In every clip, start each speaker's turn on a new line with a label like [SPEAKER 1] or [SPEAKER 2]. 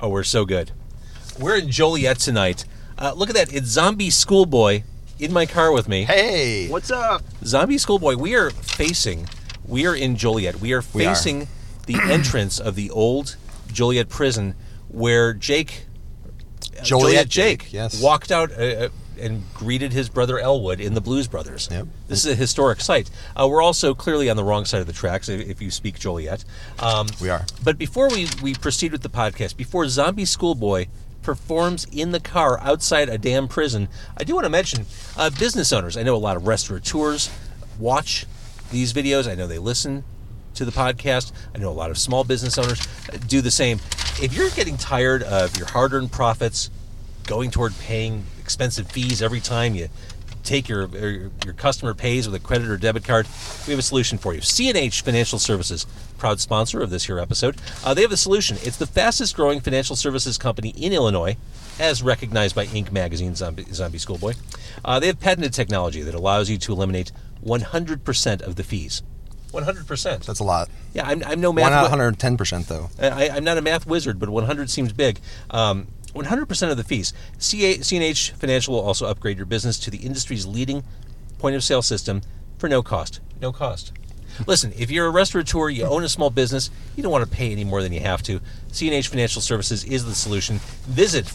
[SPEAKER 1] Oh, we're so good. We're in Joliet tonight. Uh, look at that. It's Zombie Schoolboy in my car with me.
[SPEAKER 2] Hey.
[SPEAKER 3] What's up?
[SPEAKER 1] Zombie Schoolboy, we are facing, we are in Joliet. We are
[SPEAKER 2] We are.
[SPEAKER 1] facing the entrance of the old Joliet prison where Jake, uh,
[SPEAKER 2] Joliet
[SPEAKER 1] Jake,
[SPEAKER 2] Jake, yes.
[SPEAKER 1] walked out uh, uh, and greeted his brother Elwood in the Blues Brothers.
[SPEAKER 2] Yep.
[SPEAKER 1] This is a historic site. Uh, we're also clearly on the wrong side of the tracks if, if you speak Joliet. Um,
[SPEAKER 2] We are.
[SPEAKER 1] but before we, we proceed with the podcast, before Zombie Schoolboy performs in the car outside a damn prison, I do want to mention uh, business owners. I know a lot of restaurateurs watch these videos. I know they listen to the podcast. I know a lot of small business owners uh, do the same. If you're getting tired of your hard earned profits going toward paying expensive fees every time you take your or your customer pays with a credit or debit card, we have a solution for you. CNH Financial Services, proud sponsor of this here episode, uh, they have a solution. It's the fastest growing financial services company in Illinois, as recognized by Inc. magazine, Zombie, Zombie Schoolboy. Uh, they have patented technology that allows you to eliminate 100% of the fees. 100%.
[SPEAKER 2] That's a lot.
[SPEAKER 1] yeah, I'm, I'm no
[SPEAKER 2] Why
[SPEAKER 1] math.
[SPEAKER 2] not
[SPEAKER 1] wi-
[SPEAKER 2] 110% though?
[SPEAKER 1] I, I'm not a math wizard, but 100 seems big. Um, 100% of the fees. CA, CNH Financial will also upgrade your business to the industry's leading point of sale system for no cost. No cost. Listen, if you're a restaurateur, you own a small business, you don't want to pay any more than you have to. CNH Financial Services is the solution. Visit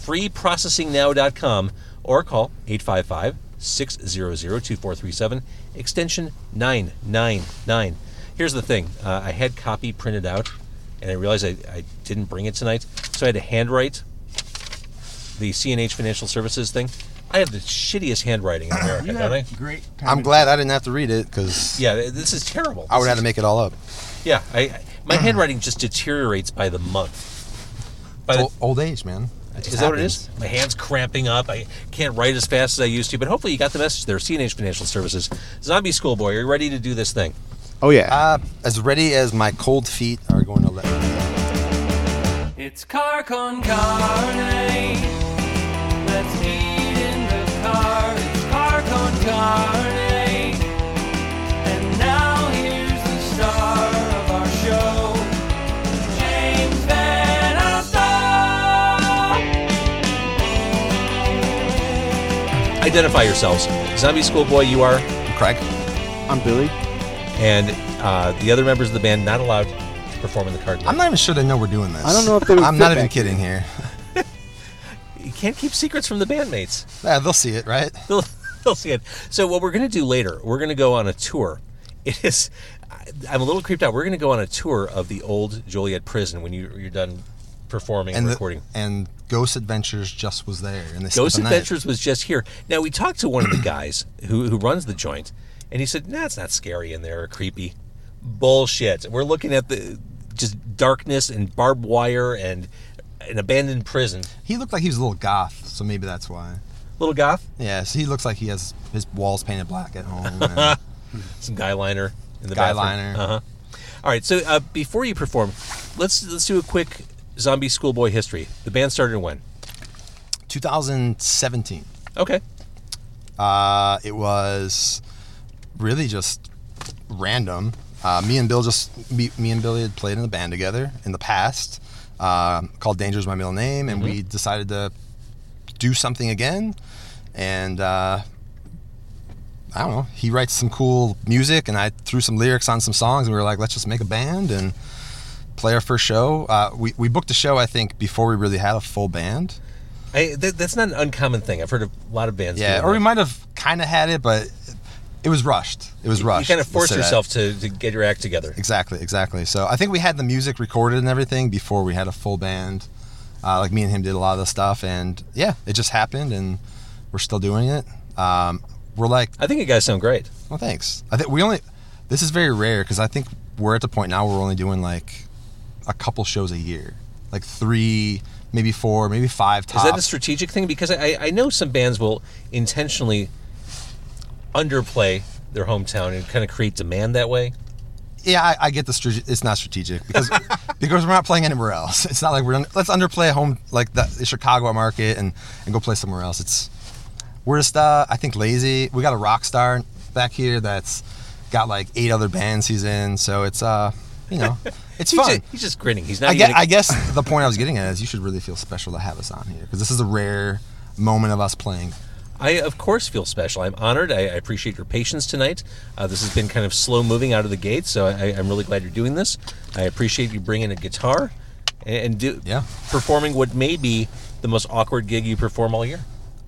[SPEAKER 1] freeprocessingnow.com or call 855 600 2437, extension 999. Here's the thing uh, I had copy printed out and I realized I, I didn't bring it tonight, so I had to handwrite the CNH Financial Services thing. I have the shittiest handwriting in America, don't I?
[SPEAKER 3] great time.
[SPEAKER 2] I'm glad I didn't have to read it because
[SPEAKER 1] Yeah, th- this is terrible.
[SPEAKER 2] I would
[SPEAKER 1] This
[SPEAKER 2] have had
[SPEAKER 1] is-
[SPEAKER 2] to make it all up.
[SPEAKER 1] Yeah, I, I- my handwriting just deteriorates by the month. By
[SPEAKER 2] It's
[SPEAKER 1] the,
[SPEAKER 2] ol- old age, man. It
[SPEAKER 1] is
[SPEAKER 2] just
[SPEAKER 1] that what it
[SPEAKER 2] happens.
[SPEAKER 1] is? My hands cramping up. I can't write as fast as I used to. But hopefully you got the message there. CNH Financial Services, Zombie Schoolboy, are you ready to do this thing?
[SPEAKER 3] Oh yeah.
[SPEAKER 2] Uh, as ready as my cold feet are going to let me down.
[SPEAKER 4] It's car con carne. Let's eat in the car. It's car con carne. And now here's the star of our show, James Van Alstad.
[SPEAKER 1] Identify yourselves. Zombie Schoolboy, you are,
[SPEAKER 2] Craig,
[SPEAKER 3] I'm Billy.
[SPEAKER 1] and uh, the other members of the band not allowed to perform in the card.
[SPEAKER 2] I'm not even sure they know we're doing this.
[SPEAKER 3] I don't know if they would
[SPEAKER 2] I'm
[SPEAKER 3] fit
[SPEAKER 2] not even
[SPEAKER 3] back
[SPEAKER 2] kidding here.
[SPEAKER 1] you can't keep secrets from the bandmates.
[SPEAKER 2] Yeah, they'll see it, right?
[SPEAKER 1] They'll, they'll see it. So what we're going to do later, we're going to go on a tour. It is. I- I'm a little creeped out. We're going to go on a tour of the old Joliet prison when you, you're done performing and
[SPEAKER 2] the-
[SPEAKER 1] recording.
[SPEAKER 2] and Ghost Adventures just was there. And they
[SPEAKER 1] Ghost
[SPEAKER 2] spent the night.
[SPEAKER 1] Adventures was just here. Now we talked to one of the guys who who runs the joint, and he said, "Nah, it's not scary in there or creepy." Bullshit. We're looking at the just darkness and barbed wire and an abandoned prison.
[SPEAKER 2] He looked like he was a little goth, so maybe that's why.
[SPEAKER 1] Little goth,
[SPEAKER 2] Yeah, so he looks like he has his walls painted black at home. and
[SPEAKER 1] some guy liner in the
[SPEAKER 2] Guy
[SPEAKER 1] bathroom.
[SPEAKER 2] liner.
[SPEAKER 1] Uh-huh. All right, so uh, before you perform, let's let's do a quick zombie schoolboy history. The band started when?
[SPEAKER 2] 2017.
[SPEAKER 1] Okay.
[SPEAKER 2] Uh, it was really just random. Uh, me and Bill just me, me and Billy had played in a band together in the past um called Danger's My Middle Name, and we decided to do something again. And uh, I don't know. He writes some cool music, and I threw some lyrics on some songs, and we were like, let's just make a band and play our first show. Uh, we we booked a show I think before we really had a full band.
[SPEAKER 1] I, th- that's not an uncommon thing. I've heard a lot of bands.
[SPEAKER 2] Yeah,
[SPEAKER 1] do
[SPEAKER 2] or
[SPEAKER 1] that.
[SPEAKER 2] we might have kind of had it, but it was rushed. It was
[SPEAKER 1] you
[SPEAKER 2] rushed.
[SPEAKER 1] kind of
[SPEAKER 2] let's
[SPEAKER 1] force
[SPEAKER 2] say that.
[SPEAKER 1] yourself to, to get your act together.
[SPEAKER 2] Exactly, exactly. So I think we had the music recorded and everything before we had a full band. Uh, like me and him did a lot of the stuff, and yeah, it just happened, and we're still doing it. Um, we're like,
[SPEAKER 1] I think you guys sound great.
[SPEAKER 2] well, thanks. I think we only. This is very rare because I think we're at the point now where we're only doing like a couple shows a year, like three, maybe four, maybe five
[SPEAKER 1] Is
[SPEAKER 2] tops.
[SPEAKER 1] that a strategic thing? Because I, I know some bands will intentionally underplay their hometown and kind of create demand that way.
[SPEAKER 2] Yeah, I, I get the strate- it's not strategic because because we're not playing anywhere else. It's not like we're un- let's underplay home like the, the Chicago market and and go play somewhere else. It's we're just uh, I think lazy. We got a rock star back here that's got like eight other bands he's in, so it's uh you know, it's
[SPEAKER 1] He's,
[SPEAKER 2] fun.
[SPEAKER 1] just, he's just grinning. He's not.
[SPEAKER 2] I, get,
[SPEAKER 1] even,
[SPEAKER 2] I guess the point I was getting at is you should really feel special to have us on here because this is a rare moment of us playing.
[SPEAKER 1] I of course feel special. I'm honored. I, I appreciate your patience tonight. Uh, this has been kind of slow moving out of the gate, so I, I'm really glad you're doing this. I appreciate you bringing a guitar and, and do,
[SPEAKER 2] Yeah.
[SPEAKER 1] performing what may be the most awkward gig you perform all year.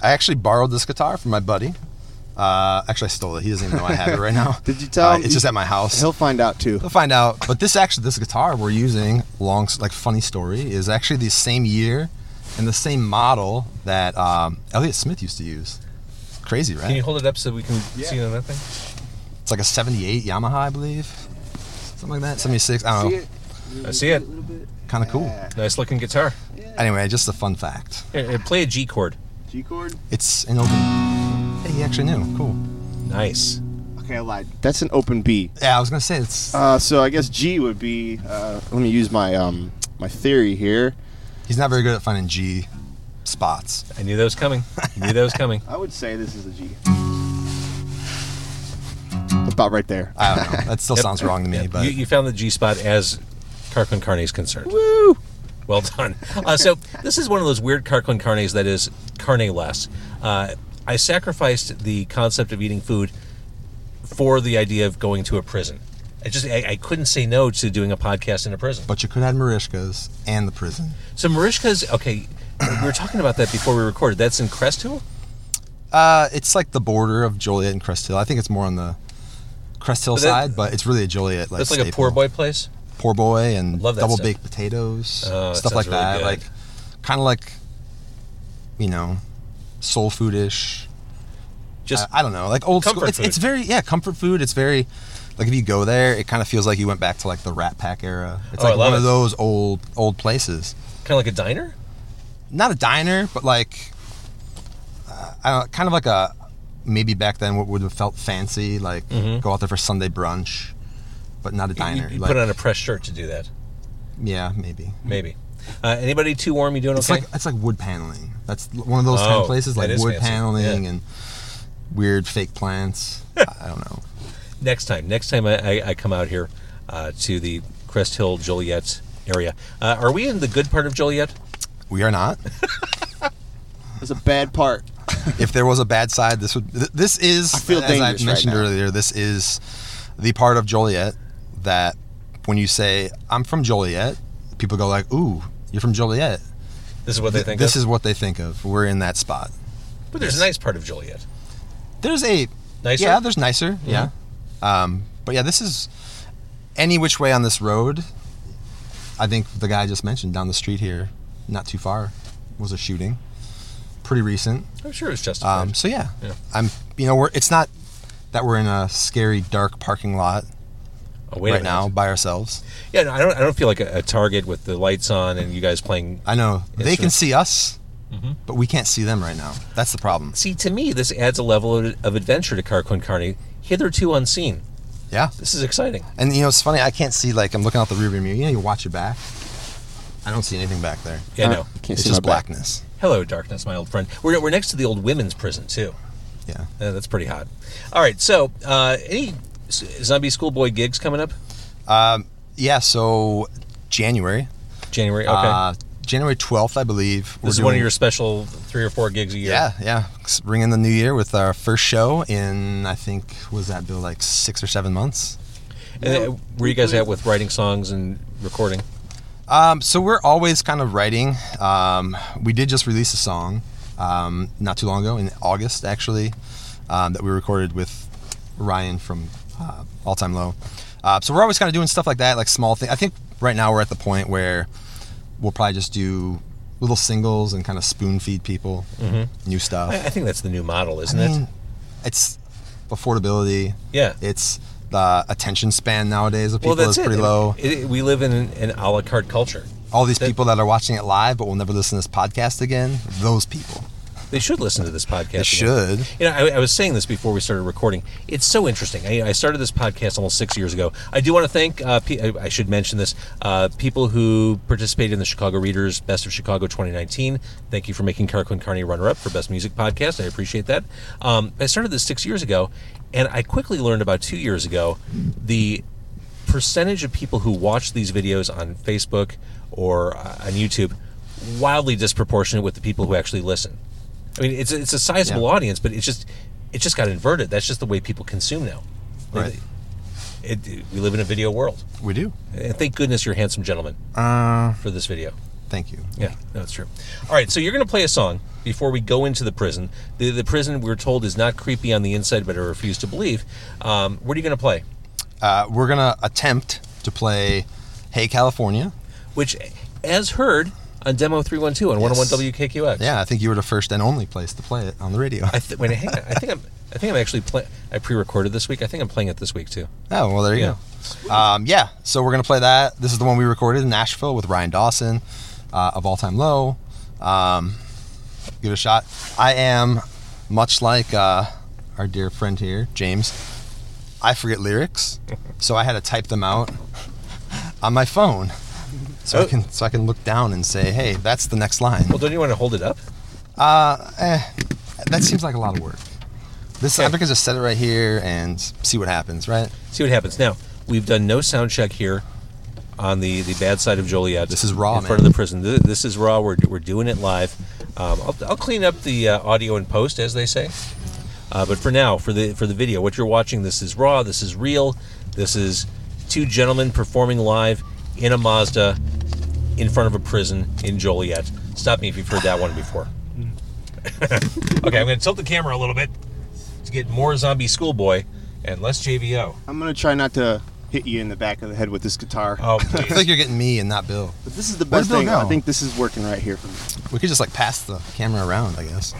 [SPEAKER 2] I actually borrowed this guitar from my buddy. Uh, actually, I stole it. He doesn't even know I have it right now.
[SPEAKER 3] Did you tell
[SPEAKER 2] Uh,
[SPEAKER 3] him?
[SPEAKER 2] It's just at my house.
[SPEAKER 3] He'll find out too.
[SPEAKER 2] We'll find out. But this actually, this guitar we're using, long like funny story, is actually the same year and the same model that um, Elliot Smith used to use. It's crazy,
[SPEAKER 1] Can you
[SPEAKER 2] right?
[SPEAKER 1] hold it up so we can see it on that thing?
[SPEAKER 2] It's like a '78 Yamaha, I believe, something like that. '76. I don't
[SPEAKER 3] See
[SPEAKER 2] know.
[SPEAKER 3] it?
[SPEAKER 1] I see it.
[SPEAKER 2] Kind of cool.
[SPEAKER 3] Yeah.
[SPEAKER 1] Nice looking guitar.
[SPEAKER 2] Anyway, just a fun fact.
[SPEAKER 1] Here, here, play a G chord.
[SPEAKER 3] G chord.
[SPEAKER 2] It's an open. Hey, he actually knew. Cool.
[SPEAKER 1] Nice.
[SPEAKER 3] Okay, I lied. That's an open B.
[SPEAKER 2] Yeah, I was gonna say it's.
[SPEAKER 3] Uh, so I guess G would be. Uh, let me use my um, my theory here.
[SPEAKER 2] He's not very good at finding G spots.
[SPEAKER 1] I knew that was coming. I knew that was coming.
[SPEAKER 3] I would say this is a G. About right there.
[SPEAKER 2] I don't know. That still sounds wrong to me,
[SPEAKER 1] Yep.
[SPEAKER 2] but
[SPEAKER 1] you, you found the G spot as Carcon Carne is concerned.
[SPEAKER 3] Woo!
[SPEAKER 1] Well done. Uh, so this is one of those weird Carcon Carnes that is carne less. Uh, I sacrificed the concept of eating food for the idea of going to a prison. I just I, I couldn't say no to doing a podcast in a prison.
[SPEAKER 2] but you could have Marishka's and the prison.
[SPEAKER 1] So Marishka's okay. We were talking about that before we recorded. That's in Crest Hill.
[SPEAKER 2] Uh, it's like the border of Joliet and Crest Hill. I think it's more on the Crest Hill
[SPEAKER 1] But that-
[SPEAKER 2] side, but it's really a Joliet like
[SPEAKER 1] That's like a
[SPEAKER 2] staple.
[SPEAKER 1] poor boy place.
[SPEAKER 2] poor boy, and
[SPEAKER 1] Love that
[SPEAKER 2] double
[SPEAKER 1] stuff.
[SPEAKER 2] baked potatoes,
[SPEAKER 1] Oh, that
[SPEAKER 2] stuff like
[SPEAKER 1] sounds really
[SPEAKER 2] that.
[SPEAKER 1] good.
[SPEAKER 2] Like kind of like you know soul foodish.
[SPEAKER 1] Just
[SPEAKER 2] I, I don't know, like old school.
[SPEAKER 1] Comfort
[SPEAKER 2] It's, it's
[SPEAKER 1] food.
[SPEAKER 2] very yeah, comfort food. It's very like if you go there, it kind of feels like you went back to like the Rat Pack era. It's
[SPEAKER 1] Oh, I
[SPEAKER 2] like
[SPEAKER 1] love
[SPEAKER 2] one
[SPEAKER 1] it.
[SPEAKER 2] of those old old places.
[SPEAKER 1] kind of like a diner.
[SPEAKER 2] not a diner, but like uh, I don't know, kind of like a maybe back then what would have felt fancy, like go out there for Sunday brunch, but not a
[SPEAKER 1] Mm-hmm. You-
[SPEAKER 2] diner.
[SPEAKER 1] You, you
[SPEAKER 2] like,
[SPEAKER 1] put on a press shirt to do that.
[SPEAKER 2] yeah, maybe.
[SPEAKER 1] Maybe. Uh, anybody too warm? You doing
[SPEAKER 2] It's
[SPEAKER 1] okay?
[SPEAKER 2] like it's like wood paneling. That's l- one of those kind
[SPEAKER 1] Oh,
[SPEAKER 2] of places,
[SPEAKER 1] that
[SPEAKER 2] like
[SPEAKER 1] is
[SPEAKER 2] wood
[SPEAKER 1] fancy,
[SPEAKER 2] paneling
[SPEAKER 1] yeah.
[SPEAKER 2] and weird fake plants. I don't know.
[SPEAKER 1] next time. Next time I, I, I come out here uh, to the Crest Hill Joliet area. Uh, are we in the good part of Joliet?
[SPEAKER 2] We are not.
[SPEAKER 3] That's a bad part.
[SPEAKER 2] if there was a bad side, this would. th- This is.
[SPEAKER 3] I feel
[SPEAKER 2] as I
[SPEAKER 3] dangerous right
[SPEAKER 2] mentioned
[SPEAKER 3] now.
[SPEAKER 2] earlier, this is the part of Joliet that when you say I'm from Joliet, people go like, "Ooh, you're from Joliet."
[SPEAKER 1] This is what they
[SPEAKER 2] Th-
[SPEAKER 1] think.
[SPEAKER 2] this
[SPEAKER 1] of?
[SPEAKER 2] is what they think of. We're in that spot.
[SPEAKER 1] But there's a nice part of Joliet.
[SPEAKER 2] There's a
[SPEAKER 1] Nicer?
[SPEAKER 2] Yeah, there's nicer. Yeah. Um, but yeah, this is any which way on this road. I think the guy just mentioned down the street here, not too far, was a shooting, pretty recent.
[SPEAKER 1] I'm sure it's justified.
[SPEAKER 2] Um, so yeah,
[SPEAKER 1] Yeah.
[SPEAKER 2] I'm. You know, we're. It's not that we're in a scary, dark parking lot
[SPEAKER 1] oh, wait a
[SPEAKER 2] right
[SPEAKER 1] minute.
[SPEAKER 2] now by ourselves.
[SPEAKER 1] Yeah, no, I don't. I don't feel like a, a target with the lights on and you guys playing.
[SPEAKER 2] I know
[SPEAKER 1] Yeah,
[SPEAKER 2] they
[SPEAKER 1] sure.
[SPEAKER 2] can see us,
[SPEAKER 1] Mm-hmm.
[SPEAKER 2] but we can't see them right now. That's the problem.
[SPEAKER 1] See, to me, this adds a level of, of adventure to Carquin Carney, hitherto unseen.
[SPEAKER 2] Yeah.
[SPEAKER 1] This is exciting.
[SPEAKER 2] And you know, it's funny. I can't see. Like I'm looking out the rearview mirror. You know, you watch your back. I don't see anything back there.
[SPEAKER 1] Yeah,
[SPEAKER 3] Uh,
[SPEAKER 1] no.
[SPEAKER 3] Can't
[SPEAKER 2] It's
[SPEAKER 3] see
[SPEAKER 2] just
[SPEAKER 3] my back.
[SPEAKER 2] blackness.
[SPEAKER 1] Hello, darkness, my old friend. We're, we're next to the old women's prison too.
[SPEAKER 2] Yeah.
[SPEAKER 1] Uh, that's pretty hot. All right, so uh, any s- zombie schoolboy gigs coming up?
[SPEAKER 2] Yeah. So January.
[SPEAKER 1] January. Okay.
[SPEAKER 2] Uh, January 12th, I believe.
[SPEAKER 1] This is one of your special three or four gigs a year.
[SPEAKER 2] Yeah, yeah. S- Bring in the new year with our first show in I think was that Bill like six or seven months.
[SPEAKER 1] And, uh, were you guys out with writing songs and recording?
[SPEAKER 2] Um, so we're always kind of writing. Um, we did just release a song um, not too long ago in August, actually, um, that we recorded with Ryan from uh, All Time Low. Uh, so we're always kind of doing stuff like that, like small things. I think right now we're at the point where we'll probably just do little singles and kind of spoon feed people new stuff.
[SPEAKER 1] I, I think that's the new model, isn't
[SPEAKER 2] I mean,
[SPEAKER 1] it?
[SPEAKER 2] it's affordability.
[SPEAKER 1] Yeah.
[SPEAKER 2] It's the attention span nowadays of
[SPEAKER 1] well,
[SPEAKER 2] people
[SPEAKER 1] that's
[SPEAKER 2] is
[SPEAKER 1] it.
[SPEAKER 2] pretty low.
[SPEAKER 1] It- it- we live in an, an a la carte culture.
[SPEAKER 2] All these people that are watching it live but will never listen to this podcast again, those people.
[SPEAKER 1] They should listen to this podcast.
[SPEAKER 2] They should.
[SPEAKER 1] You know, I, I was saying this before we started recording. It's so interesting. I, I started this podcast almost six years ago. I do want to thank. Uh, pe- I, I should mention this. Uh, people who participated in the Chicago Readers Best of Chicago 2019. Thank you for making Carquin Carney runner-up for Best Music Podcast. I appreciate that. Um, I started this six years ago, and I quickly learned about two years ago the percentage of people who watch these videos on Facebook or uh, on YouTube wildly disproportionate with the people who actually listen. I mean, it's it's a sizable
[SPEAKER 2] Yeah.
[SPEAKER 1] audience, but it's just it just got inverted. That's just the way people consume now.
[SPEAKER 2] Right.
[SPEAKER 1] It, it- we live in a video world,
[SPEAKER 2] We do.
[SPEAKER 1] and thank goodness you're a handsome gentleman
[SPEAKER 2] Uh,
[SPEAKER 1] for this video.
[SPEAKER 2] thank you.
[SPEAKER 1] Yeah, that's true. All right, so you're going to play a song before we go into the prison. The, the prison, we're told, is not creepy on the inside, but I refuse to believe. Um, what are you going to play?
[SPEAKER 2] Uh, we're gonna attempt to play "Hey California."
[SPEAKER 1] Which, as heard on Demo 312 on 101
[SPEAKER 2] Yes.
[SPEAKER 1] WKQX.
[SPEAKER 2] Yeah, I think you were the first and only place to play it on the radio.
[SPEAKER 1] I th- wait, hang on. I think I'm. I think I'm actually playing. I pre-recorded this week. I think I'm playing it this week too.
[SPEAKER 2] Oh well, there you
[SPEAKER 1] Yeah.
[SPEAKER 2] go. Um, yeah, so we're gonna play that. This is the one we recorded in Nashville with Ryan Dawson uh, of All Time Low. Um, give it a shot. I am much like uh, our dear friend here, James. I forget lyrics, so I had to type them out on my phone, so I
[SPEAKER 1] Oh.
[SPEAKER 2] can so I can look down and say, "Hey, that's the next line." Eh,
[SPEAKER 1] Well, don't you want to hold it up?
[SPEAKER 2] That seems like a lot of work. This I
[SPEAKER 1] Okay.
[SPEAKER 2] think I just set it right here and see what happens. Right?
[SPEAKER 1] See what happens. Now we've done no sound check here on the the bad side of Joliet.
[SPEAKER 2] This is raw,
[SPEAKER 1] in front of
[SPEAKER 2] man.
[SPEAKER 1] the prison. Th- This is raw. We're, we're doing it live. Um, I'll, I'll clean up the uh, audio and post, as they say. Uh, but for now, for the for the video, what you're watching, this is raw. This is real. This is two gentlemen performing live in a Mazda in front of a prison in Joliet. Stop me if you've heard that one before. okay, I'm going to tilt the camera a little bit to get more zombie schoolboy and less JVO.
[SPEAKER 3] I'm gonna try not to hit you in the back of the head with this guitar.
[SPEAKER 1] Oh,
[SPEAKER 2] I feel like you're getting me and not Bill.
[SPEAKER 3] But this is the
[SPEAKER 2] Where's
[SPEAKER 3] best
[SPEAKER 2] Bill
[SPEAKER 3] thing.
[SPEAKER 2] now?
[SPEAKER 3] I think this is working right here for me.
[SPEAKER 2] We could just like pass the camera around, I guess.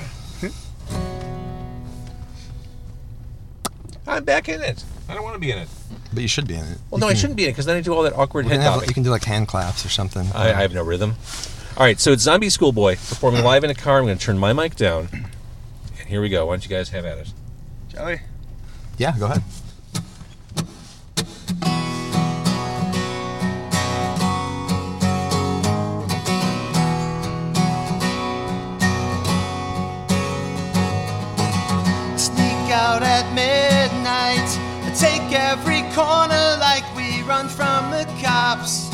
[SPEAKER 1] I'm back in it. I don't want to be in it.
[SPEAKER 2] But you should be in it.
[SPEAKER 1] Well, no, I shouldn't be in it because then I do all that awkward
[SPEAKER 2] You can,
[SPEAKER 1] head
[SPEAKER 2] have, you
[SPEAKER 1] bobbing.
[SPEAKER 2] can do like hand claps or something.
[SPEAKER 1] I, I have no rhythm. All right, so it's Zombie Schoolboy performing live in a car. I'm going to turn my mic down, and here we go. Why don't you guys have at it?
[SPEAKER 3] Joey.
[SPEAKER 2] yeah, go ahead.
[SPEAKER 5] sneak out at midnight and take every corner like we run from the cops.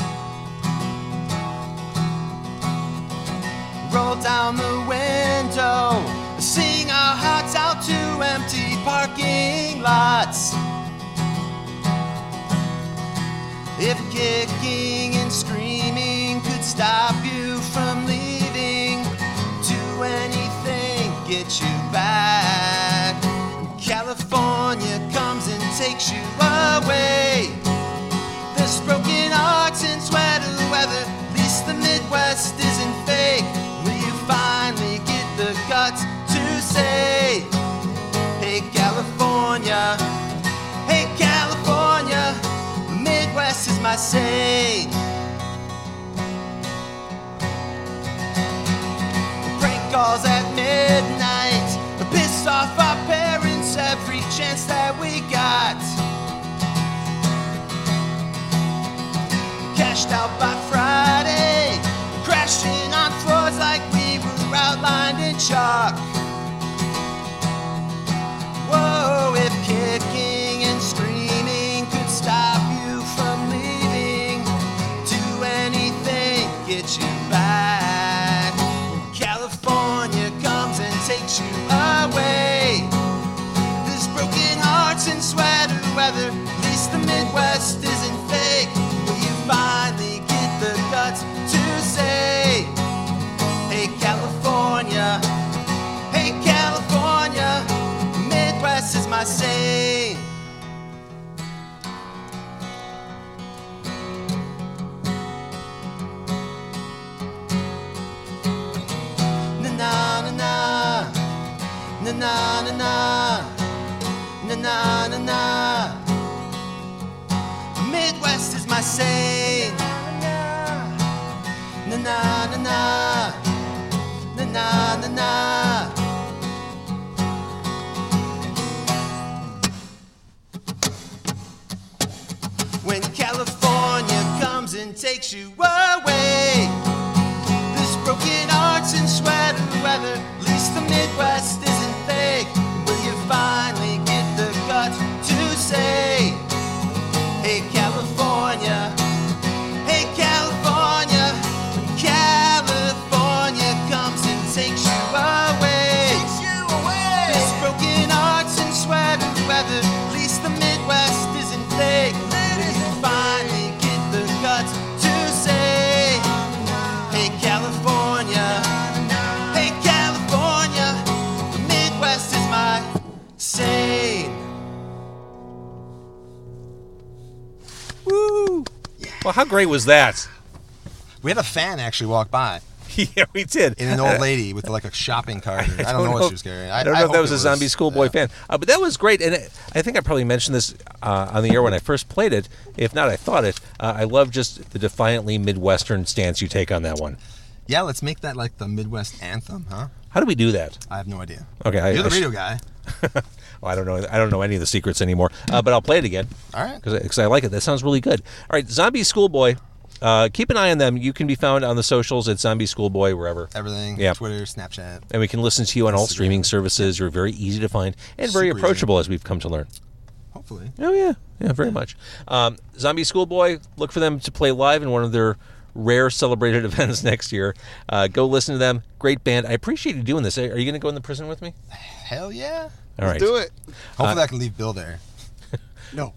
[SPEAKER 5] Roll down the window, sing our hearts out to empty parking lots. If kicking and screaming could stop you from leaving, do anything, get you back. California comes and takes you away. There's broken hearts and sweater weather, at least the Midwest isn't fake. Will you finally get the guts to say, Hey, California? Hey California, the Midwest is my say. Prank calls at midnight, piss off our parents every chance that we got. Cashed out by Friday, crashing on floors like we were outlined in chalk. Whoa, if kicking and screaming could stop you from leaving, do anything, get you back. California comes and takes you away. There's broken hearts and sweater weather, at least the Midwest isn't fake. Will you finally get the guts to say, Hey, California? Hey California, Midwest is my say. Na na na na na na na na na na na. Midwest is my say. Na na na na na na na na. When California comes and takes you away, this broken hearts and sweater weather, at least the Midwest isn't fake. Will you finally get the guts to say, Hey California?
[SPEAKER 1] how great was that?
[SPEAKER 2] We had a fan actually walk by,
[SPEAKER 1] yeah, we did.
[SPEAKER 2] and an old lady with like a shopping cart. I don't, know, what she was carrying.
[SPEAKER 1] I, don't know if
[SPEAKER 2] hope
[SPEAKER 1] that was
[SPEAKER 2] it
[SPEAKER 1] a zombie schoolboy
[SPEAKER 2] yeah.
[SPEAKER 1] fan, uh, but that was great. And it, I think I probably mentioned this uh, on the air when I first played it. If not, I thought it. Uh, I love just the defiantly midwestern stance you take on that one.
[SPEAKER 2] Yeah, let's make that like the Midwest anthem, huh?
[SPEAKER 1] How do we do that?
[SPEAKER 2] I have no idea.
[SPEAKER 1] Okay, I-
[SPEAKER 2] you're
[SPEAKER 1] I
[SPEAKER 2] the
[SPEAKER 1] sh-
[SPEAKER 2] radio guy.
[SPEAKER 1] Oh, I don't know. I don't know any of the secrets anymore. Uh, but I'll play it again.
[SPEAKER 2] All right.
[SPEAKER 1] because I like it. That sounds really good. All right, Zombie Schoolboy. Uh, keep an eye on them. You can be found on the socials at Zombie Schoolboy wherever.
[SPEAKER 2] Everything.
[SPEAKER 1] Yeah.
[SPEAKER 2] Twitter, Snapchat.
[SPEAKER 1] And we can listen to you on all streaming services. You're very easy to find and very
[SPEAKER 2] Super easy.
[SPEAKER 1] approachable, as we've come to learn.
[SPEAKER 2] Hopefully.
[SPEAKER 1] Oh yeah, yeah, very much. Um, Zombie Schoolboy, look for them to play live in one of their rare celebrated events next year. Uh, go listen to them. Great band. I appreciate you doing this. Are you going to go in the prison with me?
[SPEAKER 2] Hell yeah.
[SPEAKER 1] All right. Uh,
[SPEAKER 3] Do it.
[SPEAKER 2] Hopefully, I can leave Bill there. no.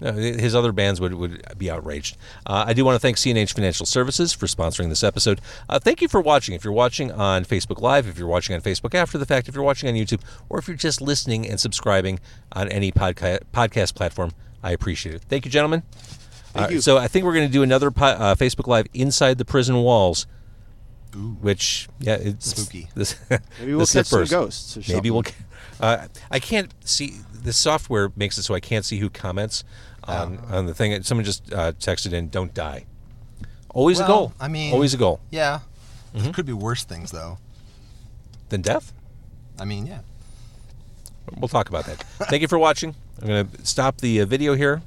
[SPEAKER 1] No, his other bands would, would be outraged. Uh, I do want to thank CNH Financial Services for sponsoring this episode. Uh, thank you for watching. If you're watching on Facebook Live, if you're watching on Facebook after the fact, if you're watching on YouTube, or if you're just listening and subscribing on any podca- podcast platform, I appreciate it. Thank you, gentlemen. All right,
[SPEAKER 3] you.
[SPEAKER 1] So I think we're going to do another po- uh, Facebook Live inside the prison walls, which yeah, it's
[SPEAKER 2] Spooky.
[SPEAKER 1] This,
[SPEAKER 3] Maybe we'll
[SPEAKER 1] this hit
[SPEAKER 3] catch some
[SPEAKER 1] first.
[SPEAKER 3] ghosts or
[SPEAKER 1] Maybe
[SPEAKER 3] something.
[SPEAKER 1] we'll. Uh, I can't see. The software makes it so I can't see who comments on,
[SPEAKER 3] Ah.
[SPEAKER 1] on the thing. Someone just uh, texted in, "Don't die." Always a
[SPEAKER 2] Well,
[SPEAKER 1] goal.
[SPEAKER 2] I mean-
[SPEAKER 1] always a goal.
[SPEAKER 2] Yeah.
[SPEAKER 1] Mm-hmm.
[SPEAKER 2] There could be worse things though.
[SPEAKER 1] Then death.
[SPEAKER 2] I mean, yeah.
[SPEAKER 1] We'll talk about that. Thank you for watching. I'm going to stop the uh, video here.